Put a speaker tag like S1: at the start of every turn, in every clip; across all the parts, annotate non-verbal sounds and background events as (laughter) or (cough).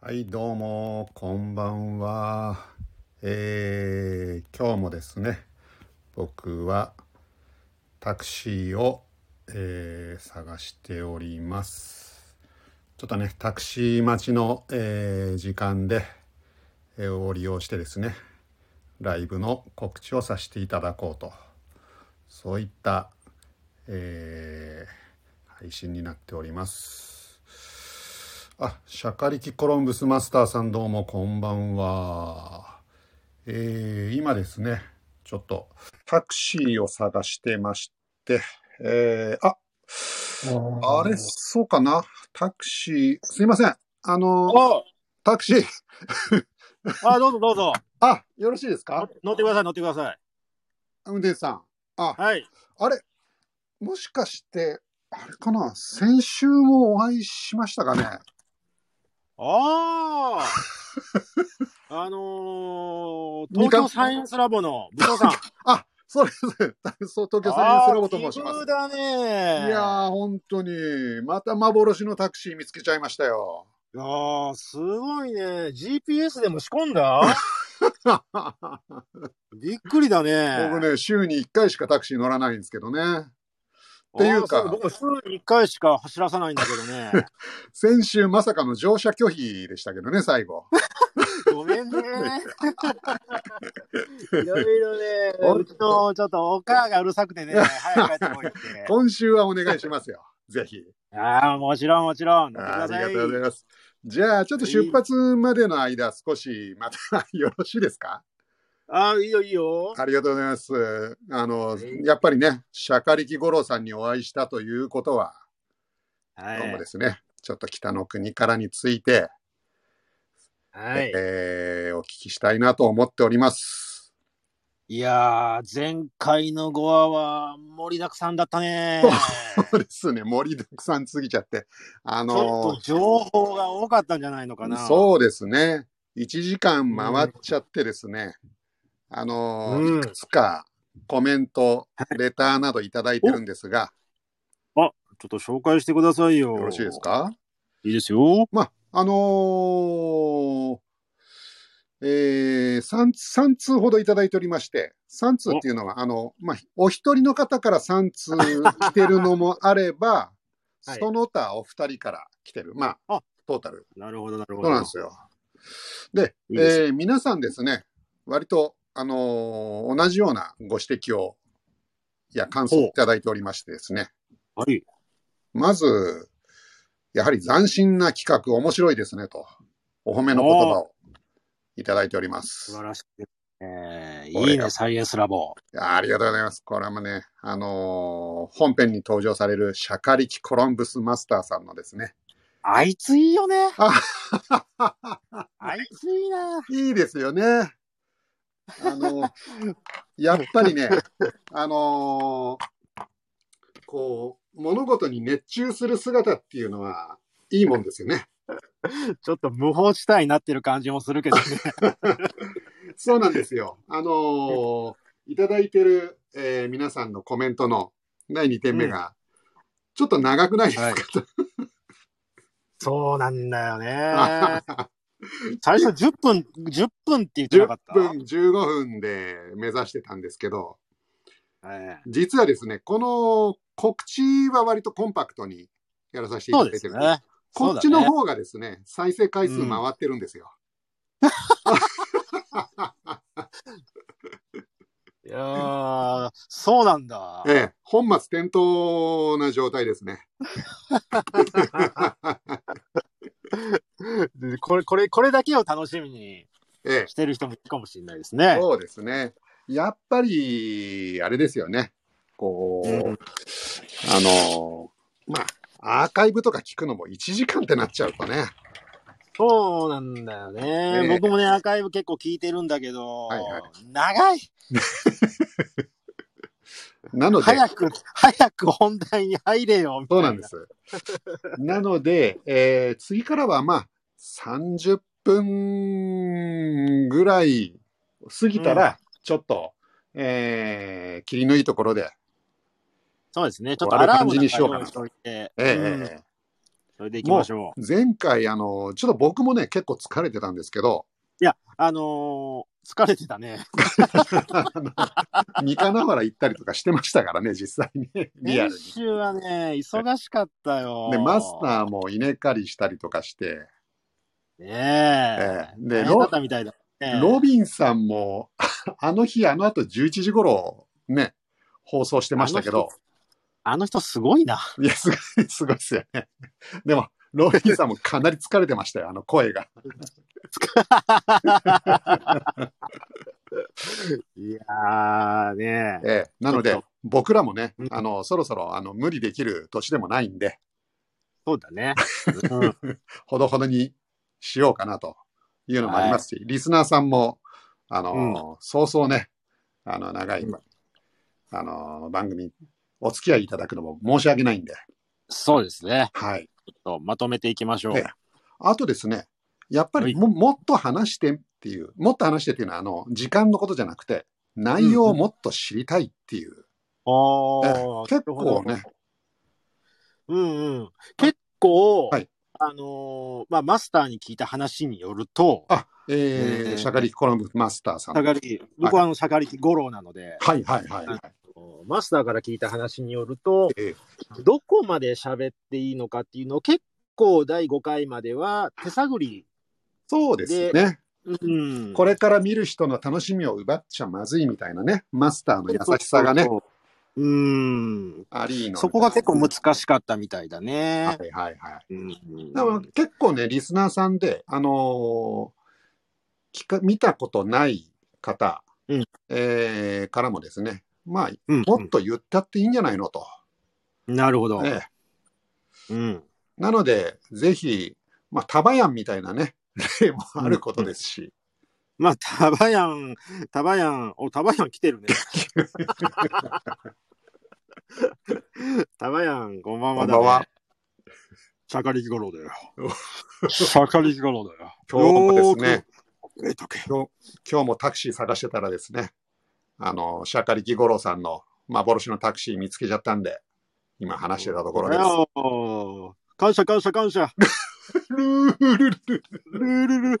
S1: はい、どうも、こんばんは。えー、今日もですね、僕はタクシーを、えー探しております。ちょっとね、タクシー待ちの、えー時間で、えーを利用してですね、ライブの告知をさせていただこうと、そういった、えー配信になっております。あ、シャカリキコロンブスマスターさんどうもこんばんは。えー今ですね、ちょっとタクシーを探してまして、えーあ、あれ、そうかな。タクシー、すいません。あの、
S2: おう
S1: タクシー、
S2: あ、どうぞどうぞ。
S1: あ、よろしいですか
S2: 乗ってください、乗ってください。
S1: 運転手さん。あ、
S2: はい。
S1: あれ、もしかして、あれかな先週もお会いしましたかね
S2: あ
S1: (laughs)
S2: あ。あのー、東京サイエンスラボの武藤さん。
S1: あ、そうです。 (laughs) そう東京サイエンスラボと申します
S2: あー奇遇。だね
S1: いやー、本当に、また幻のタクシー見つけちゃいました
S2: (laughs)
S1: よ。
S2: いやーすごいね。GPS でも仕込
S1: (laughs)
S2: んだびっくりだね。
S1: 僕ね、週に1回しかタクシー乗らないんですけどね。っていうか
S2: あーそ僕も週に1回しか走らさないんだけどね。
S1: (laughs) 先週まさかの乗車拒否でしたけどね、最後。
S2: ごめ
S1: (laughs)
S2: んね。いろいろね、
S1: 本
S2: うちのちょっとお母がうるさくてね、早く帰ってこいって。
S1: 今週はお願いしますよ。ぜひ。
S2: ああ、もちろん、もちろん。乗ってく
S1: あ
S2: だ
S1: り
S2: さ
S1: が
S2: い。
S1: とうございます。じゃあ、ちょっと出発までの間、少しまたよろしいですか
S2: ああ、いいよ、いいよ。
S1: ありがとうございます。あの
S2: は、い
S1: やっぱりね、シャカリキ五郎さんにお会いしたということは、
S2: は
S1: どうもで
S2: い。
S1: すね、ちょっと北の国からについて、
S2: はい。
S1: えーお聞きしたいなと思っております。 (laughs)
S2: いやー、前回の5話は盛りだくさんだっ
S1: (laughs)
S2: たね。
S1: そうですね、盛りだくさんすぎちゃって。あ
S2: ちょ
S1: の
S2: っと情報が多かったんじゃないのかな。
S1: そうですね、1時間回っちゃってですね、あの
S2: うん
S1: いくつかコメント、レターなどいただいてるんですが、
S2: ちょっと紹介してくださいよ。
S1: よろしいですか
S2: いいですよ。
S1: まあ、あのーえー、3, 三通ほどいただいておりまして、3通っていうのは、あの、まあ、お一人の方から3通来てるのもあれば、
S2: (laughs) はい
S1: その他お二人から来てる。まあ
S2: あ、
S1: トータル。
S2: なるほど、なるほ
S1: そう
S2: ど。
S1: なんですよ。で、
S2: いいです
S1: えー皆さんですね、割と、あのー同じようなご指摘を、いや、感想をいただいておりましてですね。
S2: はい。
S1: まず、やはり斬新な企画、面白いですね、と、お褒めの言葉をいただいておりま
S2: 素
S1: す。
S2: 晴らしい。えー、
S1: これ
S2: いいね、サイエンスラボ。
S1: ありがとうございます。これもね、あのー本編に登場されるシャカリキコロンブスマスターさんのですね。
S2: あいついいよ
S1: (laughs)
S2: ね。
S1: あ
S2: あいついいな。
S1: いいですよね。あ
S2: (laughs)
S1: の、やっぱりね、あのーこう、物事に熱中する姿っていうのは、いいもんですよね。
S2: ちょっと無法地帯になってる感じもするけどね。
S1: そうなんですよ。あのーいただいてる、えー皆さんのコメントの第2点目が、ちょっと長くないですか、 (laughs)
S2: はいそうなんだよ (laughs) ね。最初10分、10分って言ってなか
S1: ?10
S2: った。
S1: 分、15分で目指してたんですけど、
S2: ええ
S1: 実はですね、この告知は割とコンパクトにやらさせていただ
S2: そう
S1: い
S2: で
S1: て
S2: す
S1: る。
S2: ね。
S1: こっちの
S2: そうだね
S1: 方がですね、再生回数回ってるんですよ。
S2: いやーそうなんだ。
S1: ええ、本末転倒な状態
S2: (laughs)
S1: ですね。
S2: でこれ、これ、これだけを楽しみに
S1: ええ、
S2: してる人もいるかもしれないですね。
S1: そうですね。やっぱり、あれですよね。こう、
S2: うん
S1: あの、まあ、アーカイブとか聞くのも1時間ってなっちゃうとね。
S2: そうなんだよね。
S1: ええ
S2: 僕もね、アーカイブ結構聞いてるんだけど、
S1: はいはい
S2: 長い
S1: なので、
S2: 早く、早く本題に入れよみた
S1: そ
S2: いう
S1: なんです。なので、えー次からはまあ、30分ぐらい過ぎたら、ちょっと、えー、霧のいいところで、
S2: そうですね。ちょっとアラームなんか用意しといて。
S1: ええ
S2: うん
S1: ええ
S2: それで行き
S1: も
S2: ましょう。
S1: う前回、あの、ちょっと僕もね、結構疲れてたんですけ
S2: (laughs)
S1: ど、
S2: いや、あのー疲れてたね。
S1: あの三河原行ったりとかしてましたからね、実際に、リアル
S2: 練
S1: に。
S2: 習はね、忙しかったよ。
S1: で、マスターも稲刈りしたりとかして、
S2: ー。ね
S1: ええ
S2: え。
S1: で
S2: 大変だったみたいだ。ええ
S1: ロビンさんも、 (laughs) あの日、あの後11時頃ね、放送してましたけど、
S2: あの人すごいな。
S1: いや、すごい、すごいですよね。でも、ロビンさんもかなり疲れてましたよ、あの声が。
S2: いやーねえ。
S1: ええ、なの
S2: ちょ
S1: で
S2: っと、
S1: 僕らもね
S2: うん、
S1: あの、そろそろ、あの、無理できる年でもないんで、
S2: そう
S1: (laughs)
S2: だね。うん
S1: ほどほどにしようかなというのもありますし、リスナーさんも、あの、そうそうね、あの、長い、
S2: うん
S1: あの、番組、お付き合いいただくのも申し訳ないんで、
S2: そうですね。
S1: はい。
S2: とまとめていきましょう。
S1: ええあとですね、やっぱり
S2: は
S1: も,、もっと話してっていう、もっと話してっていうのは、あの、時間のことじゃなくて、内容をもっと知りたいっていう。
S2: お
S1: え
S2: ー
S1: え結構ね。
S2: うんうん。結構、
S1: はい
S2: あのーまあ、マスターに聞いた話によると、
S1: あ、えー
S2: ええ
S1: シャカリキコロンブマスターさん。は
S2: 下
S1: い
S2: がり、僕はあの、下がり五郎なので、
S1: はいはいはい。
S2: マスターから聞いた話によると、
S1: ええ
S2: どこまで喋っていいのかっていうのを結構第5回までは手探り。
S1: そうですね。
S2: うん
S1: これから見る人の楽しみを奪っちゃまずいみたいなね、マスターの優しさがね、。
S2: うん。
S1: アリーの。
S2: そこが結構難しかったみたいだね。
S1: はいはいはい。
S2: うん
S1: だから結構ね、リスナーさんで、あのー聞か見たことない方、
S2: うん
S1: えーからもですね、まあ、
S2: うん
S1: もっと言ったっていいんじゃないのと。
S2: なるほど。
S1: ええ
S2: うん。
S1: なので、ぜひ、まあ、タバヤンみたいなね、例もあることですし、
S2: まあ、タバヤン、タバヤン、お、タバヤン来て
S1: (laughs)
S2: るね。タバヤン、こんばんはだ、ね。
S1: こんばんは。
S2: シャカリキゴロだ
S1: (laughs)
S2: よ。シャカリキゴロだよ。
S1: 今日もですね、
S2: よーく覚えとけ。
S1: 今日今日もタクシー探してたらですね、あの、シャカリキゴロさんの幻のタクシー見つけちゃったんで、今話してたところです。
S2: よー感謝感謝感
S1: (laughs)
S2: 謝。
S1: ルールルル
S2: ルールル。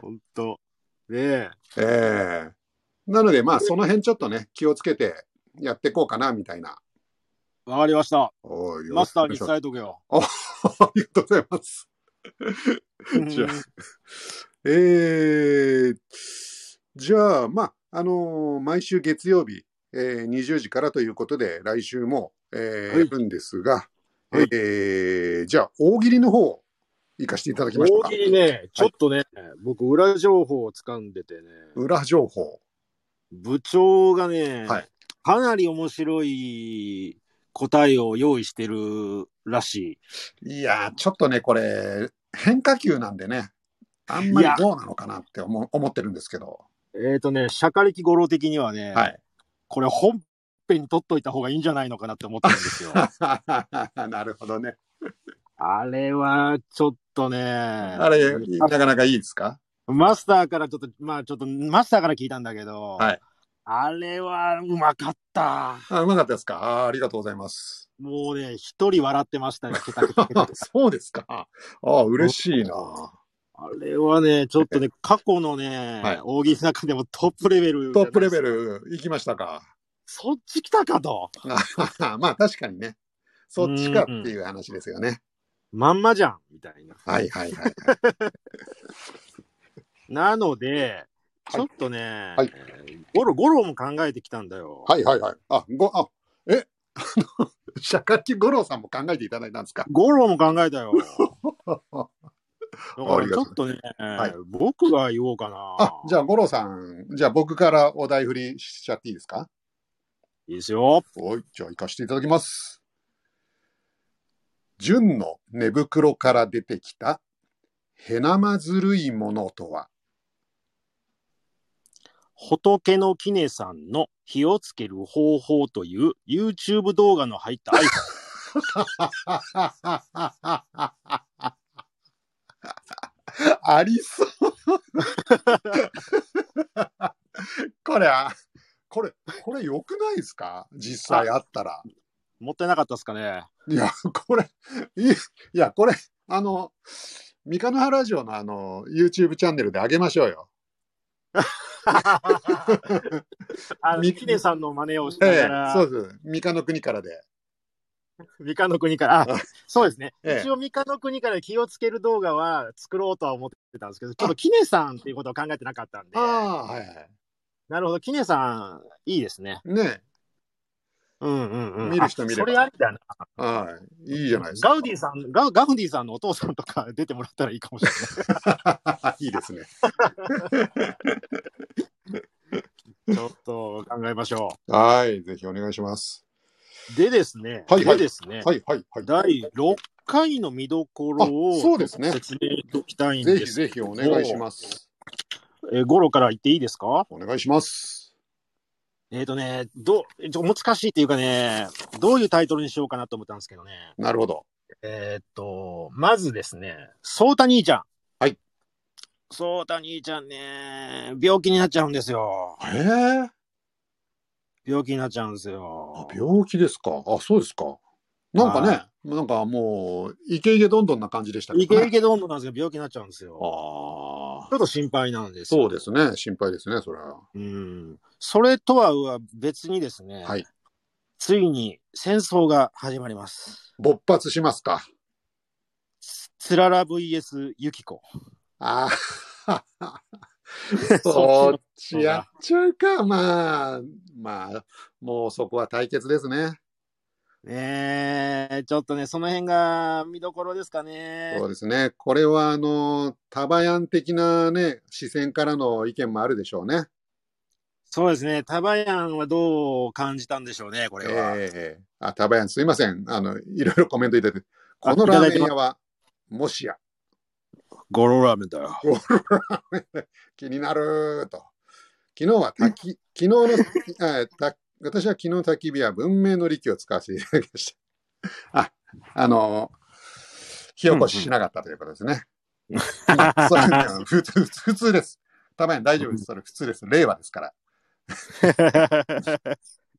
S2: ほんと。ねえ。
S1: ええなので、まあ、その辺ちょっとね、気をつけてやっていこうかな、みたいな。
S2: わかりました。
S1: おいよろ
S2: マ
S1: しく
S2: スタ
S1: お願
S2: ー
S1: い
S2: に
S1: します
S2: 伝えとけよ。
S1: (laughs) ありがとうございます。じゃあええじゃあ、まあ、あのー毎週月曜日、えー、20時からということで、来週も、えー
S2: はい
S1: やるんですが、
S2: はい
S1: えーじゃあ、大喜利の方、行かせていただきましょう
S2: 大
S1: か
S2: 喜。利ね、ちょっとね、僕、裏情報を掴んでてね、
S1: 裏情報。
S2: 部長がね、
S1: はい
S2: かなり面白い答えを用意してるらし
S1: いやー、ちょっとね、これ、変化球なんでね、あんまりどうなのかなって思う思ってるんですけど。
S2: い。えっ、とね、釈迦力語呂的にはね、
S1: はい。
S2: これ本編に取っといた方がいいんじゃないのかなって思ってるんですよ。
S1: (laughs) なるほどね。
S2: あれは、ちょっとね、あ
S1: あれ、なかなかいいですか
S2: マスターからちょっと、まあちょっと、マスターから聞いたんだけど、
S1: はい
S2: あれはうまかった。
S1: あうまかったですかあーありがとうございます。
S2: もうね、一人笑ってましたよ、ケタケタケ
S1: (laughs)
S2: タ
S1: あ (laughs) そうですか。ああ、嬉しいな。
S2: あれはね、ちょっとね、過去のね、
S1: はい
S2: 大喜利の中でもトップレベル。
S1: トップレベ。ル行きましたか。 (laughs)
S2: そっち来たかと。
S1: あまあ確かにね。そっちかっていう話ですよね。
S2: まんまじゃん、みたいな。
S1: はいはいはい。
S2: なので、
S1: はい
S2: ちょっとね、
S1: はい
S2: ゴロ、ゴロも考えてきたんだよ。
S1: はいはいはい。あ、ご、あ、え、 (laughs) あの、釈迦木五郎さんも考えていただいたんですか
S2: ゴロも考え
S1: (laughs)
S2: たよ。だか
S1: あ
S2: ら
S1: り
S2: ち
S1: がと
S2: ょ
S1: う
S2: っとね、
S1: い
S2: 僕が言おうかな。
S1: あ、じゃあ五郎さん、じゃあ僕からお題振りしちゃっていいですか
S2: いいですよ。
S1: はい、じゃあ行かせていただきます。純の寝袋から出てきた、へなまずるいものとは、 (laughs)
S2: 仏のきねさんの火をつける方法という YouTube 動画の入ったアイコン
S1: ありそう。 (laughs) これ、あこれ、これ良くないですか実際あったら。 (laughs)
S2: もったいなかったですかね。
S1: いや、これ、いいいや、これ、あの、三日の原ラジオのあの、YouTube チャンネルで上げましょうよ。 (laughs)
S2: あの、
S1: み
S2: キネさんの真似をしな
S1: ええ
S2: がら、
S1: そうです。三日の国からで。
S2: 三日の国
S1: (laughs)
S2: から、
S1: あ
S2: あそうですね。
S1: ええ
S2: 一応三日の国から気をつける動画は作ろうとは思ってたんですけど、ちょっとキネさんっていうことを考えてなかったんで、
S1: ああ、はいはい。
S2: なるほど、キネさん、いいですね。
S1: ね
S2: うんうんうん。
S1: 見る人見れば
S2: あそれありだな。
S1: え。はい。いいじゃないですか。
S2: ガウディさん、ガガウディさんのお父さんとか出てもらったらいいかもしれな
S1: (laughs)
S2: い。
S1: いいですね。 (laughs)
S2: ちょっと考えましょ
S1: はい。ぜひお願いします。
S2: う。でですね、
S1: はいはい
S2: でですね、
S1: はいはいはい。
S2: 第6回の見どころ
S1: あ
S2: を
S1: そうですね。
S2: 説明しておきたいん
S1: ぜ
S2: で
S1: ひ
S2: す。
S1: ぜひお願いします。
S2: えー、ゴロから言っていいですか
S1: お願いします。
S2: えっ、とね、どう、ちょ難しいっていうかね、どういうタイトルにしようかなと思ったんですけどね。
S1: なるほど。
S2: えっ、と、まずですね、ソータ兄ちゃん。
S1: はい。
S2: ソータ兄ちゃんね、病気になっちゃうんですよ。
S1: ええ
S2: 病気になっちゃうんですよ。
S1: 病気ですか。あ、そうですか。なんかね
S2: は、
S1: なんかもう、イケイケどんどんな感じでしたけ
S2: イ
S1: ど、
S2: ケ
S1: ね。
S2: イケどんどんなんですけど、病気になっちゃうんですよ。
S1: あ
S2: ち
S1: あ。
S2: ょっと心配なんですよ
S1: そうですね。心配ですね、それは。
S2: うんそれとは別にですね、
S1: はい
S2: ついに戦争が始まります。
S1: 勃発しますか。
S2: つらら VS ユキコ。
S1: あ
S2: (laughs)
S1: あ。
S2: そ
S1: そ
S2: っ
S1: っちやっちゃうか。まあ、まあ、もうそこは対決ですね。
S2: ねえ、ちょっとね、その辺が見どころですかね
S1: そう。ですね。これは、あの、タバヤン的なね、視線からの意見もあるでしょうね。
S2: そうですね、タバヤンはどう感じたんでしょうね、これは。
S1: ええあ、タバヤン、すいません。あの、いろいろコメントいただいて。この
S2: あいた
S1: ラ
S2: だい
S1: ーメ
S2: て
S1: ン
S2: ます
S1: 屋は、もしや、
S2: ゴロラーメンだよ。 (laughs)
S1: 気になると。昨日は焚き、昨日の、あた私は昨日の焚き火は文明の利器を使わせていただきました。あ、あの、火起こししなかったということですね。うんそううん普通、普通です。タバヤン大丈夫です。それ普通です。令和ですから。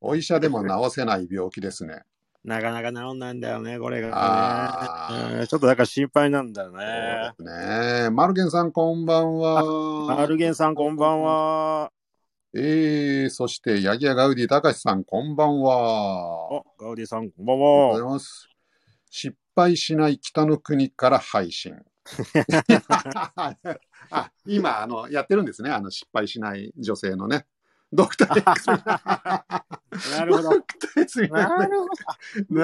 S1: お医者でも治せない病気ですね。
S2: なかなか治んないんだよね、これ
S1: あ
S2: が
S1: ー
S2: ね。うんちょっとだから心配なんだよね。
S1: そうですね。マルゲンさん、こんばん
S2: ア
S1: は。
S2: ルゲンさん、こんばんは。
S1: えー、そして、ヤギヤガウディ、たかしさん、こんばんは。あ
S2: あ、ガウディさん、こんばん
S1: りがとうござい
S2: は。
S1: ます。失敗しない北の国から配 (laughs) 信。あ、今、あの、やってるんですね。あの、失敗しない女性のね。ドクター X みたい (laughs) な。
S2: なるほど。
S1: ドクター X みたい
S2: な
S1: なね
S2: るほど。あ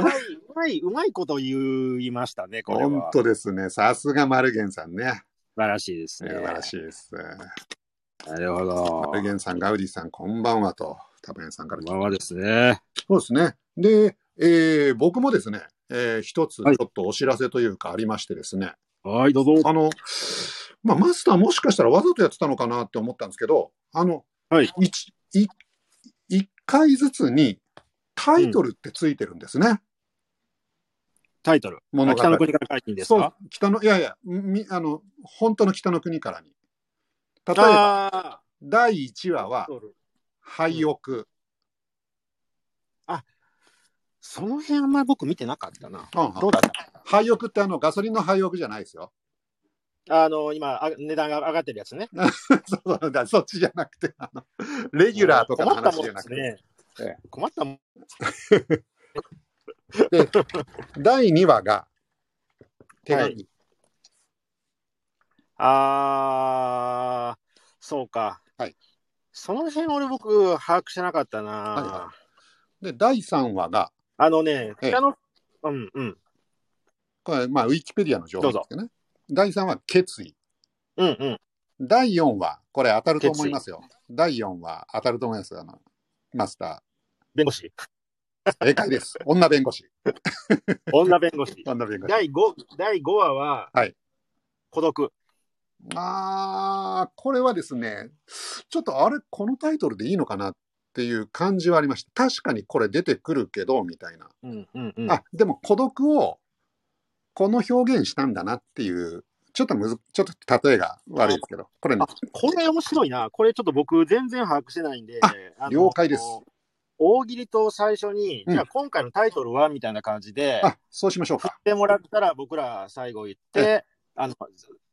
S1: (laughs)
S2: うまい、うまい、うまいこと言いましたね、これは。
S1: 本当ですね。さすがマルゲンさんね。
S2: 素晴らしいです
S1: 素
S2: ね。
S1: 晴らしいです。
S2: なるほど
S1: マ。ルゲンさん、ガウディさん、こんばんはと、タブヤンさんから
S2: こんばんはですね。
S1: そうですね。で、えー僕もですね、えー一つちょ
S2: はい
S1: っとお知らせというかありましてですね、
S2: はい、どうぞ。
S1: あの、まあ、マスターもしかしたらわざとやってたのかなって思ったんですけど、あの、
S2: はい
S1: 一一一回ずつにタイトルってついてるんですね。
S2: タイトル。
S1: 物語
S2: 北の国から解禁です
S1: そう
S2: か、
S1: 北の、いやいや、みあの、本当の北の国からに。例えば、
S2: あ
S1: 第1話
S2: あ
S1: は、
S2: ー、
S1: 廃屋。
S2: その辺あんまり僕見てなかったな。
S1: うん
S2: どうだった
S1: 廃屋ってあの、ガソリンの廃屋じゃないですよ。 (laughs)
S2: あの、今、あ値段が上がってるやつね。
S1: そうそうだからそっちじゃなくて、あの、レギュラーとかの
S2: 困った
S1: 話
S2: もん
S1: じゃ
S2: で
S1: な
S2: す
S1: くて、
S2: ね。困ったもん。
S1: 第2話が、手紙、
S2: はあー、そうか。
S1: はい。
S2: その辺俺僕、把握してなかったな。
S1: はいはで、第3話が、
S2: あのね、
S1: ええ
S2: 北の、うんうん、
S1: これ、まあ、ウィキペディアの情報ですけどね。第3話、決意。
S2: うんうん。
S1: 第4話、これ当たると思いますよ。第4話、当たると思いますよあの、マスタ
S2: 弁護士。
S1: ー。正解 (laughs) です。女弁護士。
S2: 女弁
S1: (laughs)
S2: 護士。
S1: 女弁護士。
S2: 第五第五話は、
S1: はい
S2: 孤独。
S1: あー、これはですね、ちょっとあれ、このタイトルでいいのかなっていう感じはありました。確かにこれ出てくるけど、みたいな。
S2: うんうんうん。
S1: あでも孤独をこの表現したんだなっていうちょっとむずちょっと例えが悪いですけどこれね
S2: あこれ面白いな。これちょっと僕全然把握してないんで。
S1: あ
S2: あの
S1: 了解です。
S2: 大喜利と最初に、
S1: うん
S2: じゃあ今回のタイトルはみたいな感じで、
S1: あ、そうしましょう
S2: 振
S1: か。
S2: ってもらったら僕ら最後言っ
S1: え
S2: て、あの、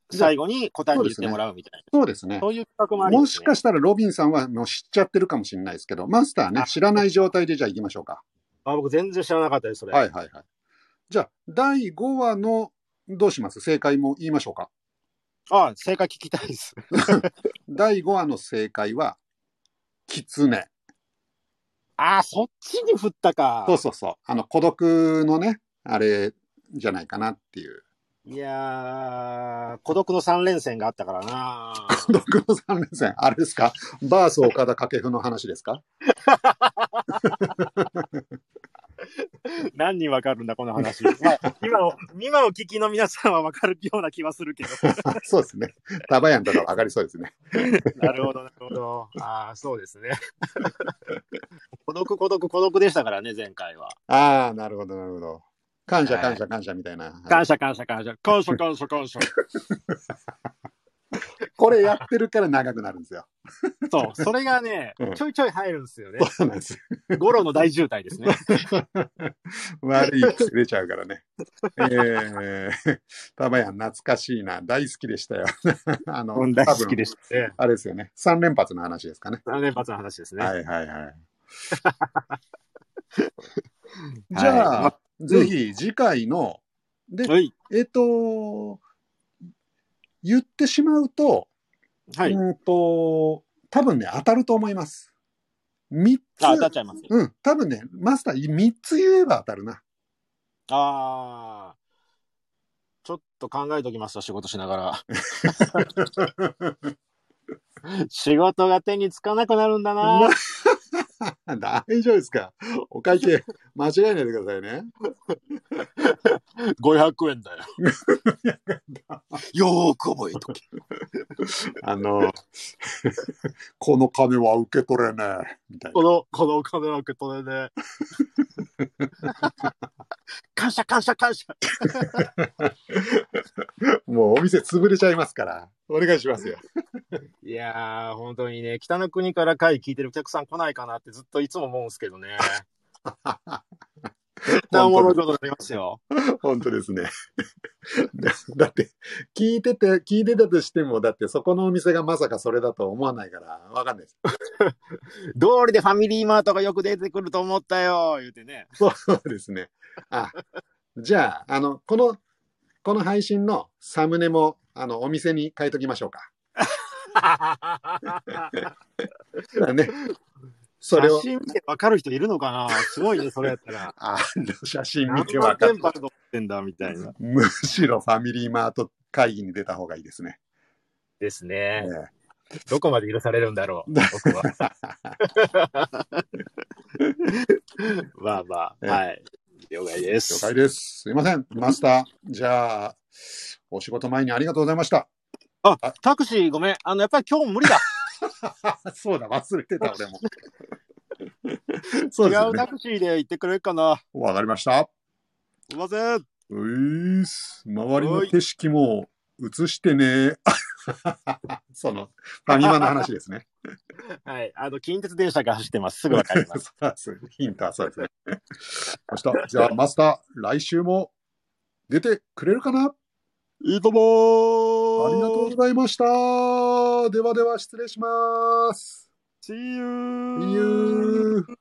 S2: 最後に答えに言ってもらうみたいな。
S1: そうですね。
S2: そういう企画もありま
S1: も
S2: す、
S1: し
S2: ね。
S1: かしたらロビンさんはもう知っちゃってるかもしれないですけど、マスターね、
S2: あ
S1: 知らない状態でじゃあ行きましょうか。
S2: あ僕全然知らなかったです、それ。
S1: はいはいはい。じゃあ、第5話の、どうします正解も言いましょうか。 (laughs)
S2: あ正解聞きたいです。
S1: 第5話の正解は、キツネ。
S2: あそっちに振ったか。
S1: そうそうそう。あの、孤独のね、あれじゃないかなっていう。
S2: いやー、孤独の三連戦があったからな。
S1: 孤独の三連戦、あれですかバース岡田掛布の話ですか
S2: (laughs)
S1: (laughs)
S2: 何人わかるんだ、この話。 (laughs) まあ今を、今を聞きの皆さんはわかるような気はするけ (laughs) ど。
S1: そうですね。タバヤンとか上がりそうですね。
S2: なるほど、なるほど。ああ、そうですね。 (laughs) 孤独、孤独、孤独でしたからね、前回は。
S1: ああ、なるほど、なるほど。感謝、
S2: はい
S1: 感謝、感謝みたいな。
S2: 感謝、感謝、感謝。感謝、感謝、感謝。
S1: これやってるから長くなるんですよ。
S2: そう、それがね
S1: うん、
S2: ちょいちょい入るんですよ (laughs) ね。
S1: そうなんです。
S2: ゴロの大渋滞 (laughs) ですね。
S1: 悪い癖出ちゃうから
S2: (laughs)
S1: ね。えー、タバヤン懐かしいな。大好きでしたよ。 (laughs) あの、
S2: 大好き
S1: 多分
S2: でしたね。
S1: あれですよね。3連発の話ですかね。
S2: 3連発の話ですね。
S1: はいはい
S2: (laughs)
S1: はい。じゃあ、
S2: は
S1: ぜひ次回の、で、
S2: はい。
S1: えっ、と、言ってしまうと、
S2: はい。
S1: うんと、多分ね、当たると思います。3つ。
S2: あ、当たっちゃいます。
S1: うん、多分ね、マスター3つ言えば当たるな。 (laughs)
S2: ああ。ちょっと考えときますわ、仕事しながら。仕事が手につかなくなるんだな。
S1: 大丈夫ですかお会計、 (laughs) 間違えないでくださいね。
S2: 500円だよ。よーく覚えとけ。
S1: あの、 (laughs) この金は受け取れねえ。みたいな
S2: こ。の、このお金は受け取れねえ。 (laughs) 感謝、感謝、感謝。
S1: もうお店潰れちゃいますから、お願いしますよ。
S2: いやー、本当にね、北の国から会聞いてるお客さん来ないかなってずっといつも思うんですけどね。絶対おもろいことになりますよ。
S1: 本当ですね。 (laughs) だだって、聞いてて、聞いてたとしても、だってそこのお店がまさかそれだとは思わないから、わかんないです。
S2: 道理でファミリーマートがよく出てくると思ったよ、言うてね。
S1: そうですね。あ、じゃあ、あの、この、この配信のサムネも、あの、お店に変えときましょうか。だからね、 (laughs) それを。
S2: 写、真見て分かる人いるのかなすごいね、それやったら
S1: (laughs) あの、写真
S2: 何
S1: 見てわか
S2: 万
S1: る
S2: 店。舗あると思ってんだ、みたいな。
S1: むしろファミリーマート会議に出た方がいいですね。
S2: ですね
S1: ええ
S2: どこまで許されるんだろう、僕は。 (laughs) まあまあ、
S1: ええ
S2: はい。了解で
S1: 了
S2: す。
S1: 解です。すいません、マスター。じゃあ、お仕事前にありがとうございました。 (laughs)
S2: タクシーごめん。あの、やっぱり今日も無理だ。
S1: そうだ、忘れてた、俺も。そうです
S2: 違
S1: よ
S2: う
S1: ね
S2: タ。クシーで行ってくれるかな。
S1: わかりました。
S2: すいません。
S1: ういーす。周りの景色も映してね。 (laughs) その、ファミマの話ですね。
S2: はい。あの、近鉄電車が走ってます。すぐ分かり
S1: (laughs)
S2: ます。
S1: そうですヒントはそうですね。明日、じゃあ、マスター、来週も出てくれるかなあ
S2: いいとも
S1: りがとうございました。ではでは、失礼します。
S2: See you.
S1: See you.